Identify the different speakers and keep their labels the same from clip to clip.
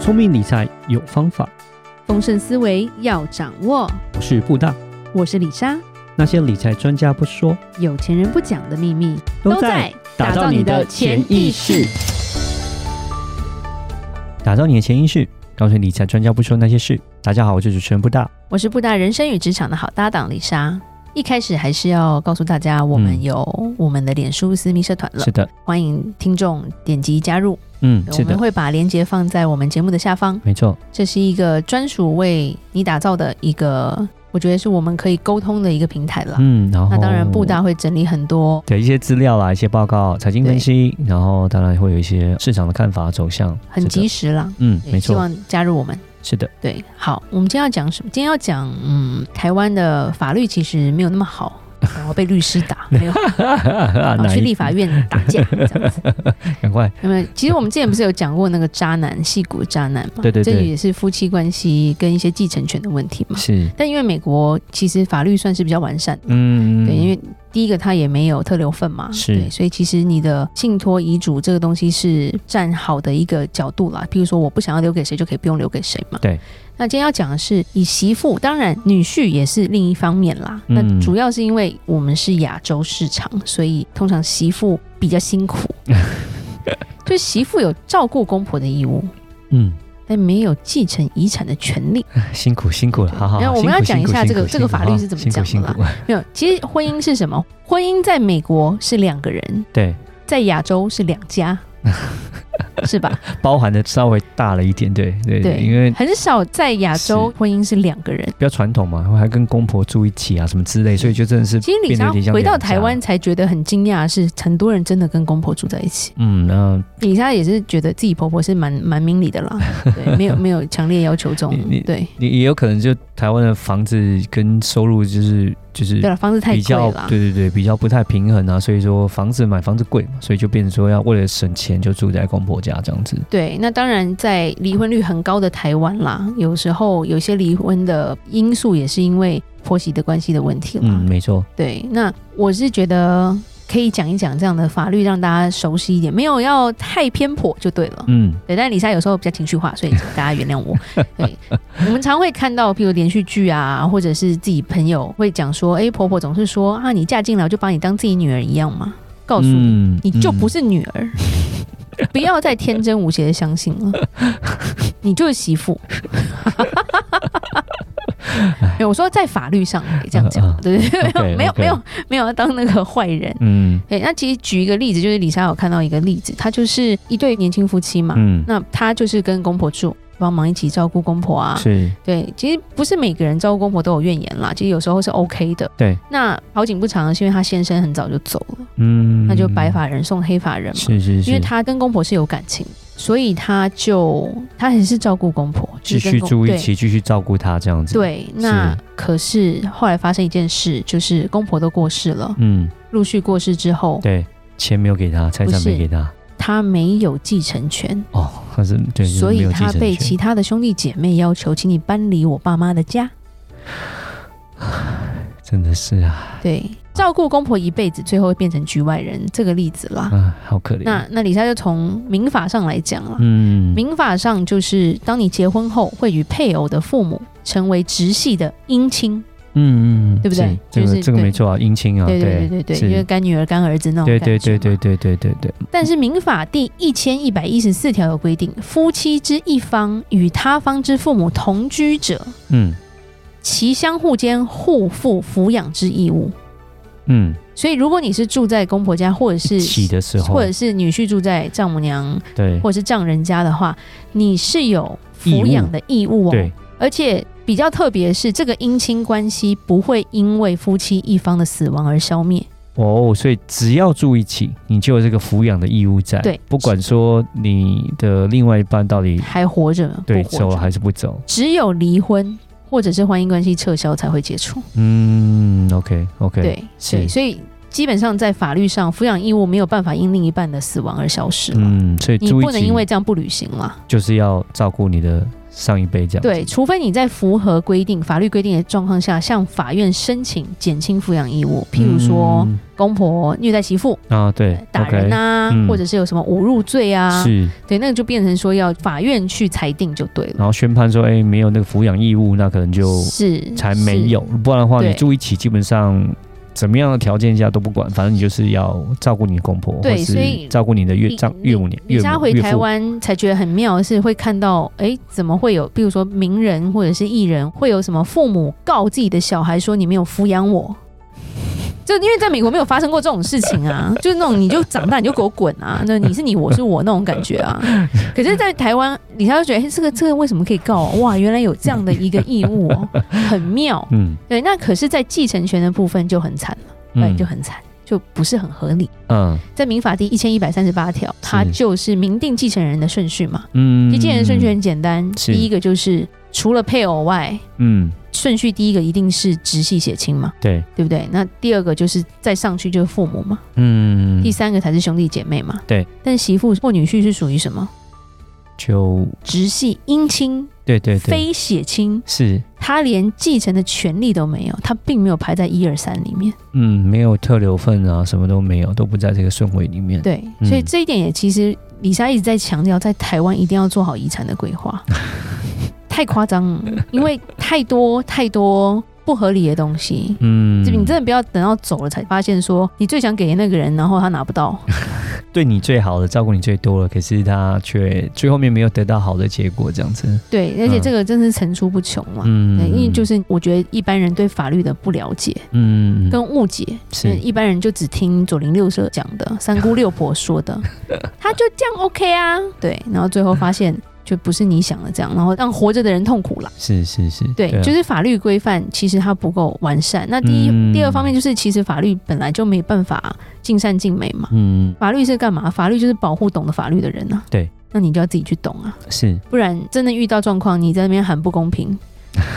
Speaker 1: 聪明理财有方法，
Speaker 2: 丰盛思维要掌握。
Speaker 1: 我是布大。
Speaker 2: 我是李莎，
Speaker 1: 那些理财专家不说，
Speaker 2: 有钱人不讲的秘密
Speaker 1: 打造你的潜意识。，打造你的潜意识，告诉你理财专家不说那些事。大家好，我是主持人布大。
Speaker 2: 我是布大人生与职场的好搭档李莎。一开始还是要告诉大家，我
Speaker 1: 嗯
Speaker 2: 们有我们的脸书私密社团了，
Speaker 1: 是的，
Speaker 2: 欢迎听众点击加入。
Speaker 1: 嗯，
Speaker 2: 我
Speaker 1: 是
Speaker 2: 们
Speaker 1: 的，
Speaker 2: 会把链接放在我们节目的下方。
Speaker 1: 没错，
Speaker 2: 这是一个专属为你打造的一个，我觉得是我们可以沟通的一个平台了。
Speaker 1: 嗯，然后
Speaker 2: 那当然，布大会整理很多，
Speaker 1: 的一些资料啦，一些报告、财经分析，然后当然会有一些市场的看法走向，
Speaker 2: 很
Speaker 1: 是的
Speaker 2: 及，时啦。
Speaker 1: 嗯，
Speaker 2: 对
Speaker 1: 没
Speaker 2: 希
Speaker 1: 错，
Speaker 2: 望加入我们。
Speaker 1: 是的，
Speaker 2: 对，好，我们今天要讲什么？今天要讲，嗯，台湾的法律其实没有那么 好，然后被律师打，没有，然后
Speaker 1: 啊哪
Speaker 2: 去
Speaker 1: 一
Speaker 2: 立法院打架这样子。
Speaker 1: 赶快，
Speaker 2: 那么，其实我们之前不是有讲过那个渣男，戏骨渣男嘛？
Speaker 1: 对对对
Speaker 2: 这也是夫妻关系跟一些继承权的问题嘛。
Speaker 1: 是，
Speaker 2: 但因为美国其实法律算是比较完善的，
Speaker 1: 嗯，
Speaker 2: 对，因为第一个他也没有特留份嘛，
Speaker 1: 是
Speaker 2: 对，所以其实你的信托遗嘱这个东西是站好的一个角度啦。譬如说，我不想要留给谁，就可以不用留给谁嘛。
Speaker 1: 对。
Speaker 2: 那今天要讲的是以媳妇，当然女婿也是另一方面啦。
Speaker 1: 嗯
Speaker 2: 那主要是因为我们是亚洲市场，所以通常媳妇比较 辛苦，就媳妇有照顾公婆的义务，
Speaker 1: 嗯，
Speaker 2: 但没有继承遗产的权利。
Speaker 1: 辛苦辛苦了，好好。
Speaker 2: 然后我
Speaker 1: 辛
Speaker 2: 们
Speaker 1: 苦
Speaker 2: 要讲一
Speaker 1: 辛苦
Speaker 2: 下这个
Speaker 1: 辛苦
Speaker 2: 这个法律是怎么
Speaker 1: 辛苦
Speaker 2: 讲的
Speaker 1: 辛苦
Speaker 2: 啦
Speaker 1: 辛苦
Speaker 2: 没有，其实婚姻是什么？婚姻在美国是两个人，
Speaker 1: 对，
Speaker 2: 在亚洲是两 家，是吧？
Speaker 1: 包含的稍微大了一点，对对
Speaker 2: 对，
Speaker 1: 因为
Speaker 2: 很少在亚洲婚姻是两个人。
Speaker 1: 比较传统嘛，还跟公婆住一起啊什么之类，所以就真的是
Speaker 2: 其实李
Speaker 1: 变得有
Speaker 2: 莎
Speaker 1: 点像
Speaker 2: 回到
Speaker 1: 两家
Speaker 2: 台湾，才觉得很惊讶，是很多人真的跟公婆住在 一起。
Speaker 1: 嗯，那
Speaker 2: 李莎也是觉得自己婆婆是蛮蛮明理的啦， 对，没有没有强烈要求这种
Speaker 1: 你你，
Speaker 2: 对
Speaker 1: 也也有可能就台湾的房子跟收入就是就是
Speaker 2: 对了，房子太
Speaker 1: 比
Speaker 2: 贵
Speaker 1: 较
Speaker 2: 了，
Speaker 1: 对对对比较不太平衡啊，所以说房子买房子贵嘛，所以就变成说要为了省钱就住在公婆家这样子，
Speaker 2: 对，那当然，在离婚率很高的台湾啦，有时候有些离婚的因素也是因为婆媳的关系的问题啦。
Speaker 1: 嗯，没错，
Speaker 2: 对，那我是觉得可以讲一讲这样的法律，让大家熟悉一点，没有要太偏颇就对了。
Speaker 1: 嗯，
Speaker 2: 对，但李莎有时候比较情绪化，所以请大家原谅我。对，我们常会看到，譬如连续剧啊，或者是自己朋友会讲说，哎，婆婆总是说啊，你嫁进来我就把你当自己女儿一样嘛，告诉你，
Speaker 1: 嗯
Speaker 2: 你就不
Speaker 1: 嗯
Speaker 2: 是女 儿，不要再天真无邪的相信了，你就是媳 妇。没哎有，我说在法律上可以这样讲
Speaker 1: 嗯嗯，
Speaker 2: 对对对，
Speaker 1: OK，
Speaker 2: 没有
Speaker 1: OK
Speaker 2: 没有没有要当那个坏人。
Speaker 1: 嗯
Speaker 2: 对，那其实举一个例子，就是李莎有看到一个例子，她就是一对年轻夫妻嘛，
Speaker 1: 嗯
Speaker 2: 那她就是跟公婆住，帮忙一起照顾公婆啊，
Speaker 1: 是
Speaker 2: 对，其实不是每个人照顾公婆都有怨言啦，其实有时候是 OK 的。
Speaker 1: 对，
Speaker 2: 那好景不长，是因为她先生很早就走了，
Speaker 1: 嗯，
Speaker 2: 那就白发人送黑发人嘛，
Speaker 1: 是是是，
Speaker 2: 因为她跟公婆是有感情，所以她就她还是照顾公婆，
Speaker 1: 继
Speaker 2: 就是
Speaker 1: 续
Speaker 2: 跟公
Speaker 1: 住一。起，继续照顾他这样子。
Speaker 2: 对，对，那
Speaker 1: 是
Speaker 2: 可是后来发生一件事，就是公婆都过世了，
Speaker 1: 嗯，
Speaker 2: 陆续过世之后，
Speaker 1: 对，钱没有给他，财
Speaker 2: 不
Speaker 1: 产
Speaker 2: 是
Speaker 1: 没给他，
Speaker 2: 她没有继承权，
Speaker 1: 哦，他是对，就是
Speaker 2: 所
Speaker 1: 没
Speaker 2: 以
Speaker 1: 有继
Speaker 2: 她
Speaker 1: 承
Speaker 2: 被
Speaker 1: 权
Speaker 2: 其他的兄弟姐妹要求，请你搬离我爸妈的家。
Speaker 1: 真的是啊，
Speaker 2: 对，照顾公婆一辈子，最后会变成局外人，这个例子啦。
Speaker 1: 啊，好可怜。
Speaker 2: 那那李莎就从民法上来讲了，
Speaker 1: 嗯，
Speaker 2: 民法上就是当你结婚后，会与配偶的父母成为直系的姻亲。
Speaker 1: 嗯嗯，
Speaker 2: 对不对
Speaker 1: 是这
Speaker 2: 就
Speaker 1: 个
Speaker 2: 是
Speaker 1: 这个
Speaker 2: 对
Speaker 1: 没错啊，姻亲啊，
Speaker 2: 对对对对
Speaker 1: 是
Speaker 2: 对，就是干女儿干儿子那种
Speaker 1: 对
Speaker 2: 感觉。
Speaker 1: 对对对。对对对对，
Speaker 2: 但是民法第一千一百一十四条有规定，夫妻之一方与他方之父母同居者，
Speaker 1: 嗯
Speaker 2: 其相互间互负抚养之义务。
Speaker 1: 嗯，
Speaker 2: 所以，如果你是住在公婆家，或者是
Speaker 1: 起的时候
Speaker 2: 或，者是女婿住在丈母娘
Speaker 1: 对
Speaker 2: 或者是丈人家的话，你是有抚养的义务哦。
Speaker 1: 对，
Speaker 2: 而且比较特别的是，这个姻亲关系不会因为夫妻一方的死亡而消灭。
Speaker 1: 哦，所以只要住一起，你就有这个抚养的义务在，
Speaker 2: 对
Speaker 1: 不管说你的另外一半到底
Speaker 2: 还活着，
Speaker 1: 对
Speaker 2: 不活
Speaker 1: 走
Speaker 2: 着，
Speaker 1: 还是不走，
Speaker 2: 只有离婚或者是婚姻关系撤销才会解除。
Speaker 1: 嗯，OK OK，
Speaker 2: 对，
Speaker 1: 是
Speaker 2: 对，所以基本上在法律上，抚养义务没有办法因另一半的死亡而消失嘛。
Speaker 1: 嗯，所以
Speaker 2: 你
Speaker 1: 住一
Speaker 2: 不能
Speaker 1: 起
Speaker 2: 因为这样不履行嘛？
Speaker 1: 就是要照顾你的上一辈这样。
Speaker 2: 对，，除非你在符合规定、法律规定的状况下，向法院申请减轻抚养义务，譬如说、
Speaker 1: 嗯
Speaker 2: 公婆虐待媳妇、
Speaker 1: 啊，对，
Speaker 2: 打人
Speaker 1: o
Speaker 2: 啊，
Speaker 1: 嗯
Speaker 2: 或者是有什么侮辱罪
Speaker 1: k
Speaker 2: 啊，
Speaker 1: 是，
Speaker 2: 对，那个就变成说要法院去裁定就对了。
Speaker 1: 然后宣判说，哎、没有那个抚养义务，那可能就是才没有，
Speaker 2: 是
Speaker 1: 不然的话，
Speaker 2: 对
Speaker 1: 你住一起基本上。怎么样的条件下都不管，反正你就是要照顾你公婆，
Speaker 2: 对
Speaker 1: 或是
Speaker 2: 所以
Speaker 1: 照顾你的岳丈
Speaker 2: 你
Speaker 1: 岳母娘
Speaker 2: 李
Speaker 1: 岳
Speaker 2: 莎
Speaker 1: 母
Speaker 2: 回
Speaker 1: 岳
Speaker 2: 台
Speaker 1: 父。
Speaker 2: 湾才觉得很妙的是，会看到哎，诶怎么会有，比如说名人或者是艺人，会有什么父母告自己的小孩说你没有抚养我。 就因为在美国没有发生过这种事情啊，就是那种你就长大你就给我滚啊，那你是你我是我那种感觉啊。可是，在台湾，李莎就觉得，哎、这个这个为什么可以告、啊？哇，原来有这样的一个义务哦，很妙。
Speaker 1: 嗯
Speaker 2: 对，那可是，在继承权的部分就很惨了，对，
Speaker 1: 嗯
Speaker 2: 就很惨，就不是很合理。
Speaker 1: 嗯
Speaker 2: 在民法第一千一百三十八条，它就是明定继承人的顺序嘛。
Speaker 1: 嗯
Speaker 2: 其实继承人顺序很简单，
Speaker 1: 是
Speaker 2: 第一个就是除了配偶外，
Speaker 1: 嗯，
Speaker 2: 顺序第一个一定是直系血亲嘛，
Speaker 1: 对，
Speaker 2: 对不对？那第二个就是再上去就是父母嘛，
Speaker 1: 嗯
Speaker 2: 第，三个才是兄弟姐妹嘛。
Speaker 1: 对。
Speaker 2: 但媳妇或女婿是属于什么？
Speaker 1: 就
Speaker 2: 直系姻亲、
Speaker 1: 对对对，
Speaker 2: 非血亲，
Speaker 1: 是，
Speaker 2: 他连继承的权利都没有，他并没有排在一二三里面。
Speaker 1: 嗯，没有特留份啊，什么都没有，都不在这个顺位里面。
Speaker 2: 对，
Speaker 1: 嗯
Speaker 2: 所以这一点也其实李莎一直在强调，在台湾一定要做好遗产的 规划，太夸张了，因为太多太多不合理的东西。
Speaker 1: 嗯，
Speaker 2: 你真的不要等到走了才发现，说你最想给的那个人，然后他拿 不到，
Speaker 1: 对你最好的，照顾你最多了，可是他却最后面没有得到好的结果，这样子。
Speaker 2: 对，而且这个真是层出不穷嘛。
Speaker 1: 嗯
Speaker 2: 对，因为就是我觉得一般人对法律的不了解
Speaker 1: 嗯，
Speaker 2: 跟误解，
Speaker 1: 是
Speaker 2: 因为一般人就只听左邻右舍讲 的、三姑六婆说的，他就这样 OK 啊，对，然后最后发现就不是你想的这样，然后让活着的人痛苦了。
Speaker 1: 是是是，
Speaker 2: 对，
Speaker 1: 啊
Speaker 2: 就是法律规范其实它不够完善。那第一、
Speaker 1: 嗯
Speaker 2: 第二方面就是，其实法律本来就没办法尽善尽美嘛。
Speaker 1: 嗯
Speaker 2: 法律是干嘛？法律就是保护懂得法律的人啊。
Speaker 1: 对，
Speaker 2: 那你就要自己去懂啊，
Speaker 1: 是
Speaker 2: 不然真的遇到状况，你在那边喊不公平，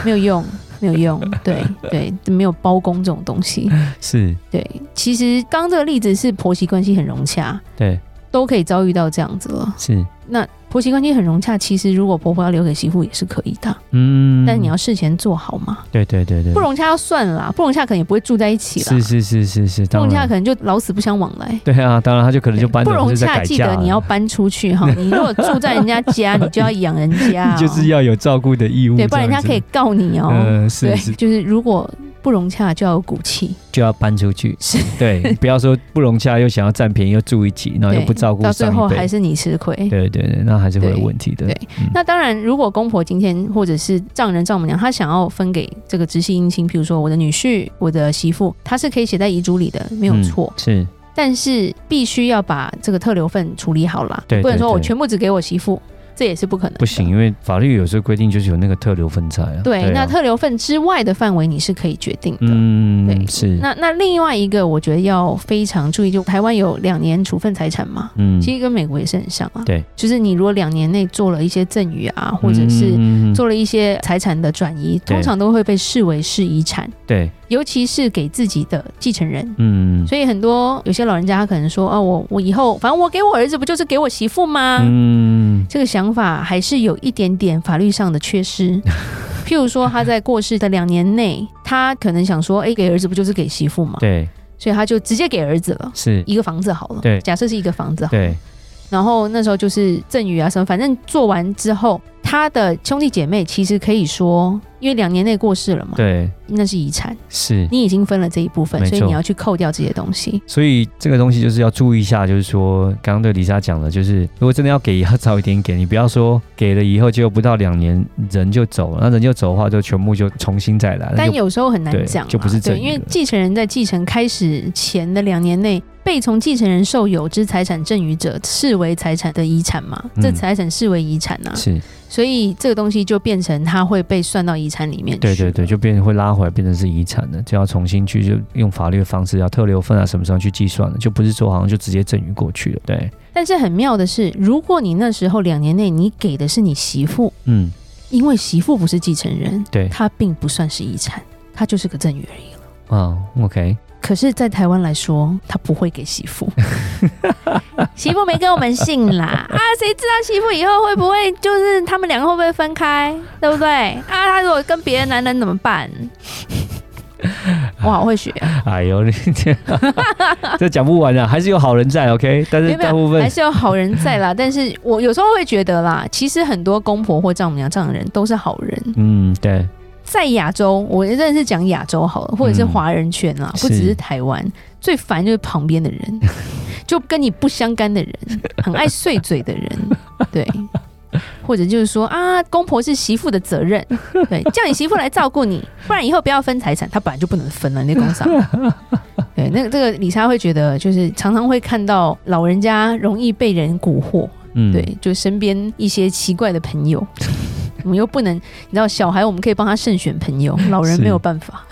Speaker 2: 没有用，没有用。对对，没有包公这种东西。
Speaker 1: 是，
Speaker 2: 对，其实刚刚这个例子是婆媳关系很融洽，
Speaker 1: 对
Speaker 2: 都可以遭遇到这样子了。
Speaker 1: 是，
Speaker 2: 那婆媳关系很融洽，其实如果婆婆要留给媳妇也是可以的，
Speaker 1: 嗯，
Speaker 2: 但你要事前做好嘛。
Speaker 1: 对对对对，
Speaker 2: 不融洽要算了啦，不融洽可能也不会住在一起
Speaker 1: 是
Speaker 2: 啦。
Speaker 1: 是是是是，
Speaker 2: 不
Speaker 1: 当
Speaker 2: 融洽
Speaker 1: 然
Speaker 2: 可能就老死不相往来。
Speaker 1: 对啊，当然他就可能就搬
Speaker 2: 不
Speaker 1: 走或
Speaker 2: 融
Speaker 1: 者在
Speaker 2: 洽，
Speaker 1: 改
Speaker 2: 记
Speaker 1: 嫁
Speaker 2: 得
Speaker 1: 了
Speaker 2: 你要搬出去 哈。你如果住在人家家，你就要养人家、哦，
Speaker 1: 你 就是要有照顾的义务，
Speaker 2: 对，不然人
Speaker 1: 这
Speaker 2: 家
Speaker 1: 样子
Speaker 2: 可以告你哦。
Speaker 1: 嗯，是
Speaker 2: 对，
Speaker 1: 是，
Speaker 2: 就是如果不融洽，就要有骨气，
Speaker 1: 就要搬出去，对，不要说不融洽，又想要占便宜，又住一起，然后
Speaker 2: 对
Speaker 1: 又不照顾
Speaker 2: 到最
Speaker 1: 上
Speaker 2: 后
Speaker 1: 一
Speaker 2: 还
Speaker 1: 辈，
Speaker 2: 是你吃亏。
Speaker 1: 对对对，那还是会有
Speaker 2: 对
Speaker 1: 问题的。嗯
Speaker 2: 对那当然，如果公婆今天或者是丈人丈母娘，他想要分给这个直系姻亲，比如说我的女婿、我的媳妇，他是可以写在遗嘱里的，没
Speaker 1: 没
Speaker 2: 有错。
Speaker 1: 是
Speaker 2: 但是必须要把这个特留份处理好啦，
Speaker 1: 对
Speaker 2: 不能
Speaker 1: 对
Speaker 2: 说我
Speaker 1: 对
Speaker 2: 全部只给我媳妇，这也是不可能的
Speaker 1: 不行，。因为法律有时候规定就是有那个特留分拆啊。
Speaker 2: 对，
Speaker 1: 啊
Speaker 2: 那特留份之外的范围你是可以决定的。
Speaker 1: 嗯
Speaker 2: 对
Speaker 1: 是
Speaker 2: 那那另外一个，我觉得要非常注意，就台湾有两年处分财产嘛，
Speaker 1: 嗯
Speaker 2: 其实跟美国也是很像啊。
Speaker 1: 对，
Speaker 2: 就是你如果两年内做了一些赠与啊，或者是
Speaker 1: 嗯
Speaker 2: 做了一些财产的转移，
Speaker 1: 对
Speaker 2: 通常都会被视为是遗产，
Speaker 1: 对
Speaker 2: 尤其是给自己的继承人。
Speaker 1: 嗯
Speaker 2: 所以很多有些老人家他可能说啊，我我以后反正我给我儿子不就是给我媳妇吗？
Speaker 1: 嗯
Speaker 2: 这个想法还是有一点点法律上的 缺失。譬如说，他在过世的两年内，他可能想说，哎、给儿子不就是给媳妇嘛，
Speaker 1: 对
Speaker 2: 所以他就直接给儿子了。
Speaker 1: 是
Speaker 2: 一个房子好了，
Speaker 1: 对
Speaker 2: 假设是一个房子好了，
Speaker 1: 对
Speaker 2: 然后那时候就是赠与啊什么，反正做完之后，他的兄弟姐妹其实可以说，因为两年内过世了嘛，
Speaker 1: 对
Speaker 2: 那是遗产，
Speaker 1: 是。
Speaker 2: 你已经分了这一部分
Speaker 1: 没，错
Speaker 2: 所以你要去扣掉这些东西。
Speaker 1: 所以这个东西就是要注意一下，就是说刚刚对李莎讲的，就是如果真的要给，要早一点给，你不要说给了以后结果不到两年人就走了，那人就走的话就全部就重新再来，那
Speaker 2: 但
Speaker 1: 就
Speaker 2: 有时候很
Speaker 1: 对
Speaker 2: 难讲啦，
Speaker 1: 就不是赠
Speaker 2: 对，
Speaker 1: 与
Speaker 2: 因为
Speaker 1: 了
Speaker 2: 继承人在继承开始前的两年内，被从继承人受有之财产赠与者视为财产的遗产嘛，
Speaker 1: 嗯
Speaker 2: 这财产视为遗产呐、啊
Speaker 1: 是
Speaker 2: 所以这个东西就变成它会被算到遗产里面去。
Speaker 1: 对对对，就变成会拉回来，变成是遗产了，就要重新去就用法律的方式，要特留份啊什么时候去计算了，就不是说好像就直接赠与过去了。对，
Speaker 2: 但是很妙的是，如果你那时候两年内你给的是你媳妇，
Speaker 1: 嗯，
Speaker 2: 因为媳妇不是继承人，
Speaker 1: 对
Speaker 2: 她并不算是遗产，她就是个赠与而已了。
Speaker 1: 啊，OK，
Speaker 2: 可是，在台湾来说，他不会给 媳妇，媳妇没跟我们姓啦啊，谁知道媳妇以后会不会就是他们两个会不会分开，对不对？啊，他如果跟别的男人怎么办？我好会学 啊、
Speaker 1: 哎呦，你这这讲不完啊，还是有好人在，OK？但
Speaker 2: 没
Speaker 1: 是
Speaker 2: 有没
Speaker 1: 大部
Speaker 2: 有，还
Speaker 1: 分
Speaker 2: 是有好人在啦。但是我有时候会觉得啦，其实很多公婆或丈母娘这样的人都是好人。
Speaker 1: 嗯，对，
Speaker 2: 在亚洲，我认真的是讲亚洲好了，或者是
Speaker 1: 嗯
Speaker 2: 华人圈啦，
Speaker 1: 是
Speaker 2: 不只是台湾，最烦就是旁边的人， 就跟你不相干的人，很爱碎嘴的人，对。或者就是说啊，公婆是媳妇的责任，对，叫你媳妇来照顾你，不然以后不要分财产，他本来就不能分了，你的工伤。对，那个这个李莎会觉得，就是常常会看到老人家容易被人蛊惑，
Speaker 1: 嗯，
Speaker 2: 对，就身边一些奇怪的朋 友，我们又不能，你知道，小孩我们可以帮他慎选朋 友，老人
Speaker 1: 是
Speaker 2: 没有办法。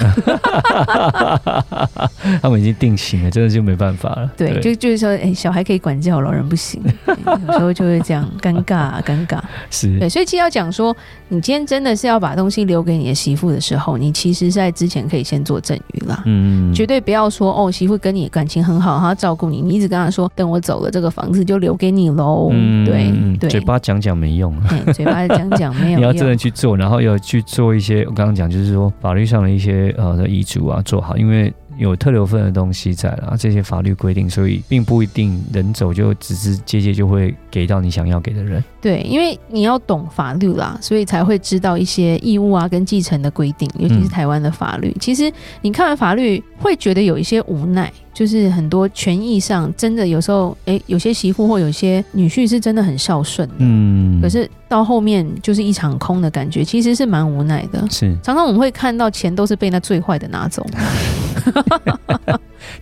Speaker 1: 他们已经定型了，真的就没办法了。
Speaker 2: 对，就就是说，哎、小孩可以管教，老人 不行，对有时候就会这样，尴尬、啊尴尬。
Speaker 1: 是
Speaker 2: 对，所以其实要讲说，你今天真的是要把东西留给你的媳妇的时候，你其实在之前可以先做赠与啦。
Speaker 1: 嗯，
Speaker 2: 绝对不要说哦，媳妇跟你感情很好，她照顾你，你一直跟她说，等我走了，这个房子就留给你喽。对
Speaker 1: 嗯
Speaker 2: 对，
Speaker 1: 嘴巴讲讲没用。啊
Speaker 2: 哎嘴巴讲讲没有
Speaker 1: 你要
Speaker 2: 用，
Speaker 1: 真的去做，然后要去做一些我刚刚讲，就是说法律上的一些呃的遗嘱啊，做好，因为有特留份的东西在啦，这些法律规定，所以并不一定人走就直直接接就会给到你想要给的人。
Speaker 2: 对，因为你要懂法律啦，所以才会知道一些义务啊跟继承的规定，尤其是
Speaker 1: 嗯
Speaker 2: 台湾的法律。其实你看完法律，会觉得有一些无奈，就是很多权益上真的有时候，诶，有些媳妇或有些女婿是真的很孝顺的，
Speaker 1: 嗯，
Speaker 2: 可是到后面就是一场空的感觉，其实是蛮无奈的。
Speaker 1: 是
Speaker 2: 常常我们会看到钱都是被那最坏的拿走，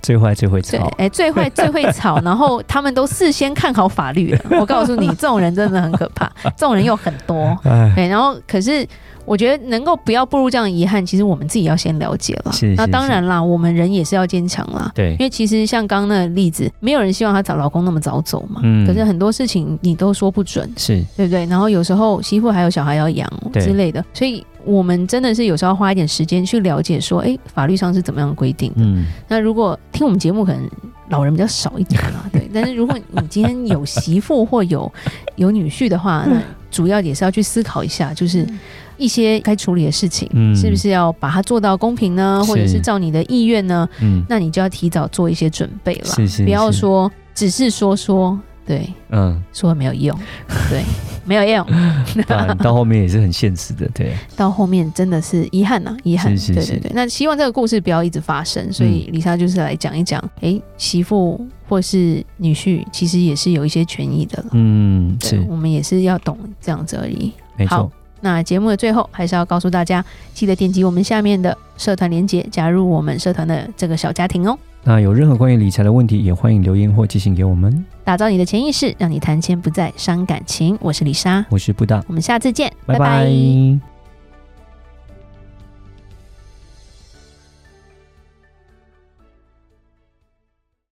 Speaker 1: 最坏最会
Speaker 2: 对
Speaker 1: 吵，，
Speaker 2: 哎，最坏最会吵，然后他们都事先看好法律了。我告诉 你，这种人真的很可怕，这种人又很多。
Speaker 1: 哎，
Speaker 2: 对，然后可是我觉得能够不要步入这样的遗憾，其实我们自己要先了解了。
Speaker 1: 是
Speaker 2: 那
Speaker 1: 是
Speaker 2: 当
Speaker 1: 是
Speaker 2: 然啦，我们人也是要坚强啦。
Speaker 1: 对
Speaker 2: 因，为其实像刚刚那个例子，没有人希望她找老公那么早走嘛。
Speaker 1: 嗯
Speaker 2: 可是很多事情你都说不准，
Speaker 1: 是
Speaker 2: 对不对？然后有时候媳妇还有小孩要养
Speaker 1: 对
Speaker 2: 之类的，所以我们真的是有时候要花一点时间去了解说，哎，法律上是怎么样的规定的。
Speaker 1: 嗯，
Speaker 2: 那如果听我们节目，可能老人比较少一点啦，对。但是如果你今天有媳妇或有 有女婿的话，那主要也是要去思考一下，就是一些该处理的事情，
Speaker 1: 嗯
Speaker 2: 是不是要把它做到公平呢，
Speaker 1: 是
Speaker 2: 或者是照你的意愿呢？
Speaker 1: 嗯，
Speaker 2: 那你就要提早做一些准备了，
Speaker 1: 是是
Speaker 2: 不要
Speaker 1: 是
Speaker 2: 说只是说说，对，
Speaker 1: 嗯，
Speaker 2: 说没有用，对，没有用。
Speaker 1: 但到后面也是很现实的，对，
Speaker 2: 到后面真的是遗憾呐、啊遗憾。
Speaker 1: 是是
Speaker 2: 对
Speaker 1: 是嗯
Speaker 2: 对对，那希望这个故事不要一直发生。所以李莎就是来讲一讲，诶，媳妇或是女婿其实也是有一些权益的了。
Speaker 1: 嗯，
Speaker 2: 对
Speaker 1: 是
Speaker 2: 我们也是要懂这样子而已。
Speaker 1: 没错
Speaker 2: 好，那节目的最后还是要告诉大家，记得点击我们下面的社团连接，加入我们社团的这个小家庭哦。
Speaker 1: 那有任何关于理财的问题，也欢迎留言或寄信给我们。
Speaker 2: 打造你的潜意识，让你谈钱不再伤感情。我是李莎，
Speaker 1: 我是布大，
Speaker 2: 我们下次见，
Speaker 1: 拜拜